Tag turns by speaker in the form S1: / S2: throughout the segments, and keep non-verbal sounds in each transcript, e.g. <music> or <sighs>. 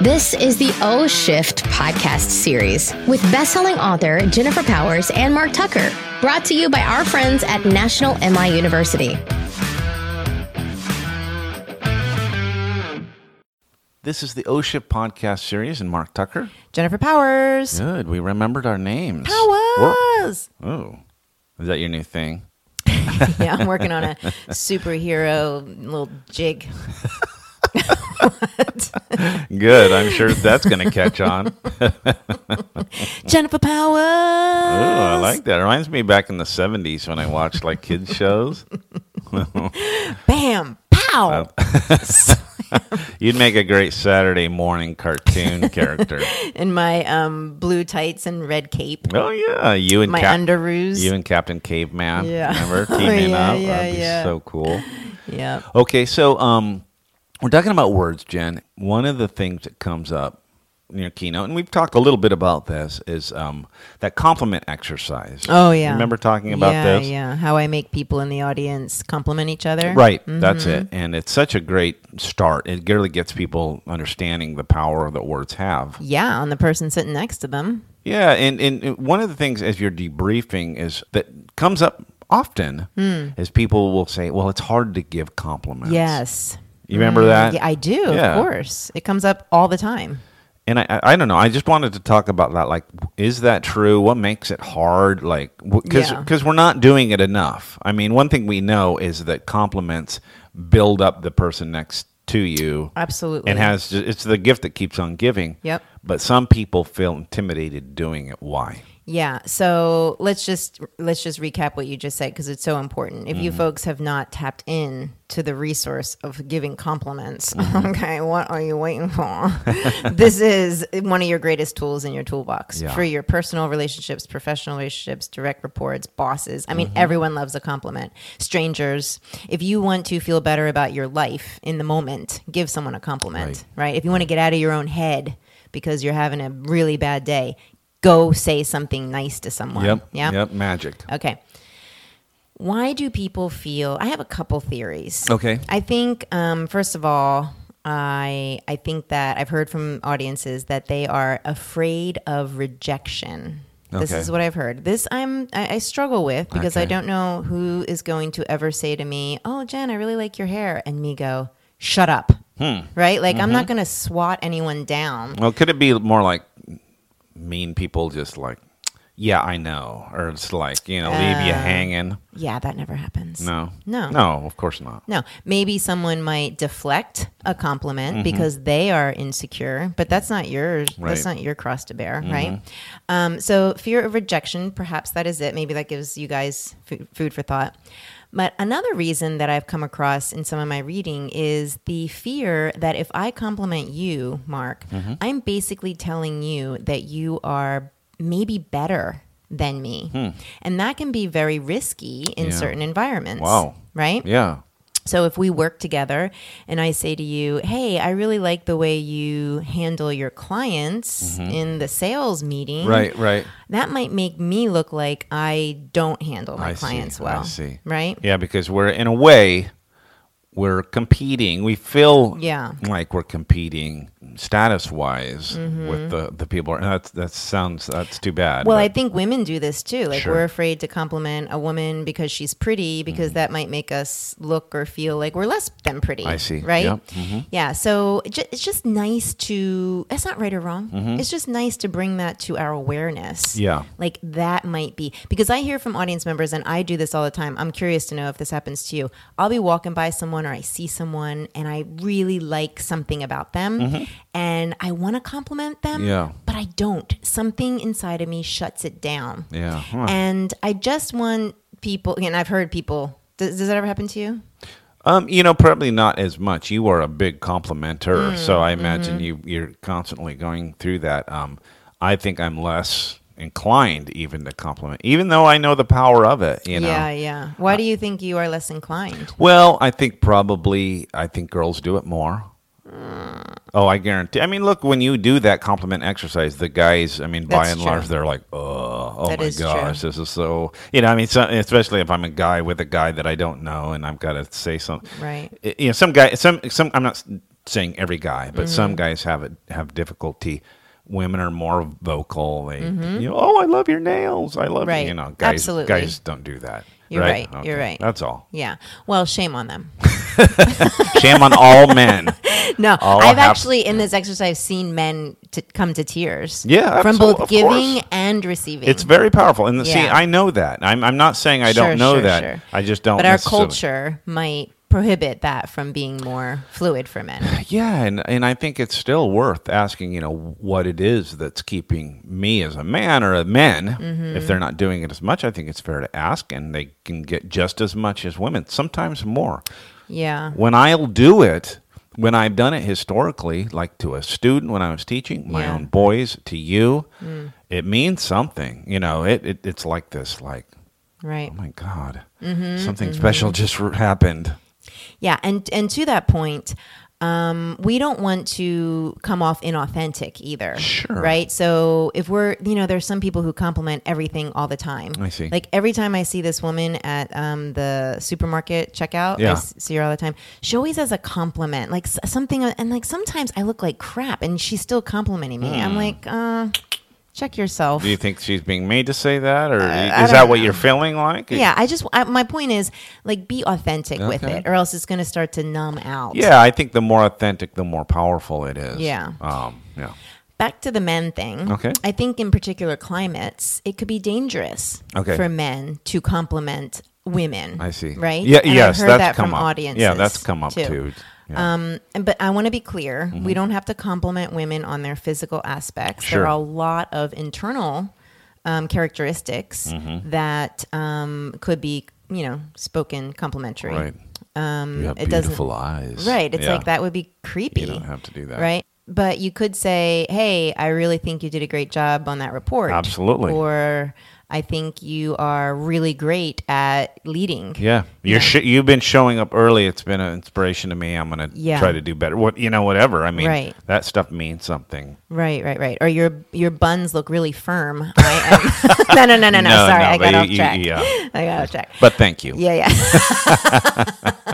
S1: This is the O Shift podcast series with bestselling author Jennifer Powers and Mark Tucker, brought to you by our friends at National MI University.
S2: This is the O Ship podcast series and Mark Tucker.
S3: Jennifer Powers.
S2: Good. We remembered our names.
S3: Powers.
S2: We're- oh, is that your new thing?
S3: <laughs> Yeah, I'm working on a superhero little jig.
S2: Good. I'm sure that's going <laughs> to catch on. Oh,
S3: Jennifer Powers.
S2: Oh, I like that. It reminds me back in the 70s when I watched like kids shows.
S3: Bam. Pow.
S2: You'd make a great Saturday morning <laughs> cartoon character.
S3: In my um, blue tights and red cape.
S2: Oh yeah, you and
S3: My
S2: Cap-
S3: underoos.
S2: You and Captain Caveman.
S3: Yeah.
S2: Remember <laughs>
S3: Oh,
S2: teaming
S3: yeah,
S2: up?
S3: yeah,
S2: That'd be
S3: yeah.
S2: so cool.
S3: Yeah.
S2: Okay, so um, we're talking about words, Jen. One of the things that comes up in your keynote, and we've talked a little bit about this, is um, that compliment exercise.
S3: Oh, yeah.
S2: Remember talking about
S3: yeah,
S2: this?
S3: Yeah, How I make people in the audience compliment each other.
S2: Right, that's
S3: Mm-hmm.
S2: it. And it's such a great start. It really gets people understanding the power that words have.
S3: Yeah, on the person sitting next to them.
S2: Yeah, and, and and one of the things as you're debriefing is that comes up often is people will say, "Well, it's hard to give compliments."
S3: Hmm. Yes. Mm.
S2: you remember that?
S3: Yeah, I do,
S2: Yeah.
S3: of course. It comes up all the time.
S2: And I, I, I don't know. I just wanted to talk about that. Like, is that true? What makes it hard? Like, because
S3: Yeah.
S2: because we're not doing it enough. I mean, one thing we know is that compliments build up the person next to you.
S3: Absolutely.
S2: And has it's the gift that keeps on giving.
S3: Yep.
S2: But some people feel intimidated doing it. Why?
S3: Yeah. So let's just let's just recap what you just said because it's so important. If you folks have not tapped in to the resource of giving compliments, <laughs> okay, what are you waiting for? <laughs> this is one of your greatest tools in your toolbox
S2: Yeah.
S3: for your personal relationships, professional relationships, direct reports, bosses. I
S2: Mm-hmm.
S3: mean, everyone loves a compliment. Strangers. If you want to feel better about your life in the moment, give someone a compliment. right? If you want to get out of your own head because you're having a really bad day, go say something nice to someone. Yeah.
S2: Yep. Magic.
S3: Okay. Why do people feel? I have a couple theories.
S2: Okay.
S3: I think um, first of all, I I think that I've heard from audiences that they are afraid of rejection. This
S2: Okay.
S3: is what I've heard. This I'm I, I struggle with because I
S2: Okay.
S3: don't know who is going to ever say to me, "Oh, Jen, I really like your hair," and me go, "Shut up."
S2: Hmm.
S3: Right? Like I'm not
S2: Mm-hmm.
S3: going to swat anyone down.
S2: Well, could it be more like mean people just like, yeah, I know, or it's like you know, leave you hanging.
S3: Yeah, that never happens.
S2: No.
S3: Uh, No.
S2: No, of course not.
S3: No, maybe someone might deflect a compliment
S2: Mm-hmm.
S3: because they are insecure, but that's not yours.
S2: Right. Mm-hmm.
S3: That's not your cross to bear, right? Um, so, fear of rejection, perhaps that is it. Maybe that gives you guys f- food for thought. But another reason that I've come across in some of my reading is the fear that if I compliment you, Mark,
S2: Mm-hmm.
S3: I'm basically telling you that you are maybe better than me. And that can be very risky in
S2: Hmm. Yeah.
S3: certain environments.
S2: Wow.
S3: Right?
S2: Yeah.
S3: So if we work together and I say to you, "Hey, I really like the way you handle your clients in the sales meeting."
S2: Mm-hmm. Right, right.
S3: That might make me look like I don't handle my
S2: I see,
S3: clients
S2: I
S3: well.
S2: see.
S3: Right?
S2: Yeah, because we're in a way we're competing. We feel
S3: Yeah.
S2: like we're competing status wise with the, the people. And that's that sounds that's too bad.
S3: Mm-hmm. Well,
S2: but-
S3: I think women do this too. Like
S2: Sure. Mm-hmm.
S3: we're afraid to compliment a woman because she's pretty because that might make us look or feel like we're less than pretty.
S2: I see.
S3: Right?
S2: Yep. Mm-hmm.
S3: Yeah. So it ju- it's just nice to. That's not right or wrong. It's just nice to bring that to our awareness.
S2: Mm-hmm. Yeah.
S3: Like that might be because I hear from audience members and I do this all the time. I'm curious to know if this happens to you. I'll be walking by someone or I see someone and I really like something about them and I want to compliment them
S2: Mm-hmm. Yeah.
S3: but I don't. Something inside of me shuts it down.
S2: Yeah, huh.
S3: And I just want people, and I've heard people, does, does that ever happen to you?
S2: um, you know, probably not as much. You are a big complimenter,
S3: Mm,
S2: so I imagine
S3: mm-hmm.
S2: you you're constantly going through that. Um, I think I'm less inclined even to compliment, even though I know the power of it. You know,
S3: yeah, yeah. Why do you think you are less inclined?
S2: Well, I think probably I think girls do it more. Oh, I guarantee. I mean, look, when you do that compliment exercise, the guys, I mean, by
S3: That's
S2: and
S3: true.
S2: large, they're like, "Oh, oh
S3: That
S2: my
S3: is true.
S2: gosh, this is so." You know, I mean, so, especially if I'm a guy with a guy that I don't know, and I've got to say something.
S3: Right.
S2: You know, some guy, some, some. I'm not s- saying every guy, but
S3: Mm-hmm.
S2: some guys have it have difficulty. Women are more vocal. They, you know, oh, I love your nails. I love
S3: Mm-hmm. Right.
S2: you know, guys.
S3: Absolutely.
S2: Guys don't do that.
S3: You're right. You're right.
S2: That's all.
S3: Yeah. Well, shame
S2: <laughs>
S3: on them.
S2: Shame on all
S3: <laughs>
S2: men.
S3: No,
S2: All
S3: I've
S2: hap-
S3: actually in this exercise seen men to come to tears.
S2: Yeah,
S3: from
S2: absolute-
S3: both
S2: of
S3: giving
S2: course.
S3: and receiving.
S2: It's very powerful. And see,
S3: Yeah.
S2: I know that. I'm, I'm not saying I
S3: Sure,
S2: don't know
S3: sure,
S2: that.
S3: sure.
S2: I just don't.
S3: but our
S2: necessarily-
S3: culture might prohibit that from being more fluid for men.
S2: <sighs> Yeah, and and I think it's still worth asking. You know what it is that's keeping me as a man or a men,
S3: Mm-hmm.
S2: if they're not doing it as much. I think it's fair to ask, and they can get just as much as women, sometimes more.
S3: Yeah.
S2: When I'll do it, when I've done it historically, like to a student when I was teaching my
S3: Yeah. Mm.
S2: own boys, to you, it means something. You know, it, it it's like this, like
S3: Right.
S2: oh my god,
S3: Mm-hmm,
S2: something special just r- happened.
S3: Yeah, and and to that point, um, we don't want to come off inauthentic either.
S2: Sure.
S3: Right. So if we're, you know, there's some people who compliment everything all the time.
S2: I see.
S3: Like every time I see this woman at um, the supermarket checkout, I
S2: Yeah.
S3: s- see her all the time. She always has a compliment, like s- something, and like sometimes I look like crap, and she's still complimenting me.
S2: Hmm.
S3: I'm like, uh, check yourself.
S2: Do you think she's being made to say that, or is
S3: don't
S2: that what
S3: know.
S2: you're feeling like?
S3: yeah, I just I, my point is like be authentic with
S2: Okay.
S3: it, or else it's going to start to numb out.
S2: Yeah, I think the more authentic, the more powerful it is.
S3: Yeah.
S2: Um, yeah.
S3: back to the men thing.
S2: Okay.
S3: I think in particular climates, it could be dangerous
S2: Okay.
S3: for men to compliment women.
S2: I see.
S3: Right?
S2: Yeah.
S3: And I've
S2: yes,
S3: heard
S2: that's
S3: that
S2: come
S3: from
S2: up.
S3: audiences.
S2: Yeah, that's come up too. Mm-hmm. Yeah.
S3: Um, and- but I want to be clear: we don't have to compliment women on their physical aspects. There
S2: Sure.
S3: are a lot of internal um, characteristics
S2: Mm-hmm.
S3: that um, could be, you know, spoken complimentary.
S2: right.
S3: Um,
S2: You have
S3: it doesn't-
S2: beautiful eyes.
S3: Right. It's
S2: Yeah.
S3: like that would be creepy.
S2: You don't have to do that.
S3: Right. But you could say, hey, I really think you did a great job on that report.
S2: Absolutely.
S3: Or I think you are really great at leading.
S2: Yeah. You're
S3: Yeah.
S2: Sh- you've been showing up early. It's been an inspiration to me. I'm going to
S3: Yeah.
S2: try to do better. What you know, whatever. I mean,
S3: Right.
S2: that stuff means something.
S3: Right, right, right. Or your your buns look really firm.
S2: <laughs>
S3: I am. <laughs> no, no, no, no, no.
S2: No,
S3: Sorry,
S2: no,
S3: I
S2: but
S3: got
S2: you-
S3: off
S2: you-
S3: track. <laughs>
S2: yeah.
S3: I got off track.
S2: But thank you.
S3: Yeah, yeah. <laughs>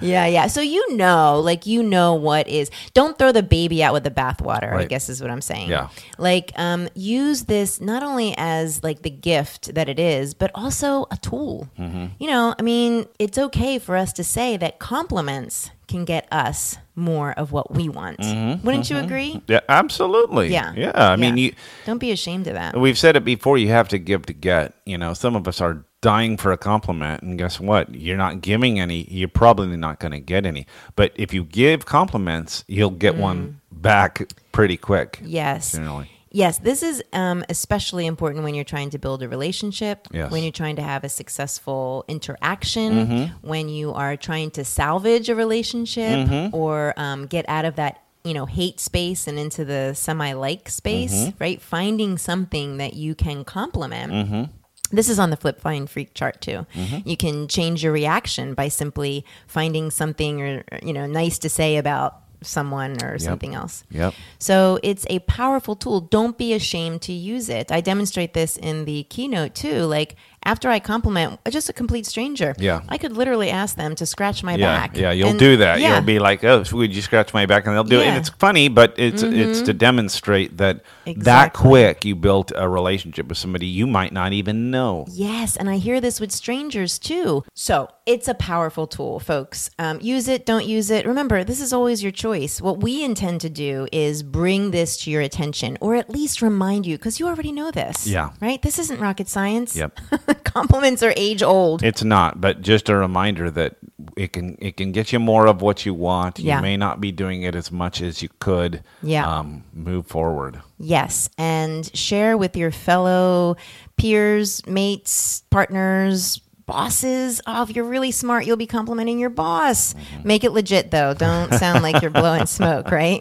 S3: yeah, yeah. So you know, like you know what is don't throw the baby out with the bathwater, I
S2: Right.
S3: guess is what I'm saying.
S2: Yeah.
S3: Like um use this not only as like the gift that it is, but also a tool.
S2: Mm-hmm.
S3: You know, I mean, it's okay for us to say that compliments can get us more of what we want. Wouldn't you agree?
S2: Yeah, Absolutely.
S3: Yeah.
S2: Mm-hmm. Yeah. I mean, you.
S3: don't be ashamed of that.
S2: We've said it before. You have to give to get. You know, some of us are dying for a compliment, and guess what? You're not giving any. You're probably not going to get any. But if you give compliments, you'll get one
S3: Mm.
S2: back pretty quick.
S3: Yes.
S2: Generally.
S3: Yes, this is um, especially important when you're trying to build a relationship,
S2: Yes.
S3: when you're trying to have a successful interaction,
S2: Mm-hmm.
S3: when you are trying to salvage a relationship
S2: Mm-hmm.
S3: or um, get out of that you know hate space and into the semi like space,
S2: Mm-hmm.
S3: right? Finding something that you can compliment.
S2: Mm-hmm.
S3: This is on the flip fine freak chart too. You can change your reaction by simply finding something or you know nice to say about someone or something else.
S2: Yep.
S3: So it's a powerful tool. Don't be ashamed to use it. I demonstrate this in the keynote too. Like after I compliment just a complete stranger,
S2: Yeah.
S3: I could literally ask them to scratch my
S2: Yeah,
S3: back.
S2: yeah, you'll
S3: And-
S2: do that.
S3: yeah.
S2: You'll be like, "Oh, so would you scratch my back?" And they'll do it.
S3: Yeah. Mm-hmm.
S2: And it's funny, but it's it's to demonstrate that that
S3: Exactly.
S2: quick you built a relationship with somebody you might not even know.
S3: Yes, and I hear this with strangers too. So it's a powerful tool, folks. Um, use it, don't use it. Remember, this is always your choice. What we intend to do is bring this to your attention, or at least remind you, because you already know this.
S2: Yeah.
S3: Right? This isn't rocket science.
S2: Yep.
S3: <laughs> Compliments are age old.
S2: It's not, but just a reminder that it can it can get you more of what you want.
S3: Yeah.
S2: You may not be doing it as much as you could.
S3: Yeah.
S2: Um, move forward.
S3: Yes, and share with your fellow peers, mates, partners, bosses. Oh, if you're really smart, you'll be complimenting your boss. Make it legit, though. Don't sound like you're blowing smoke, right?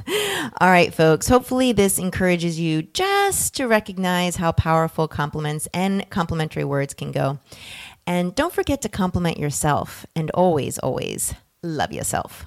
S3: <laughs> All right, folks. Hopefully, this encourages you just to recognize how powerful compliments and complimentary words can go. And don't forget to compliment yourself and always, always love yourself.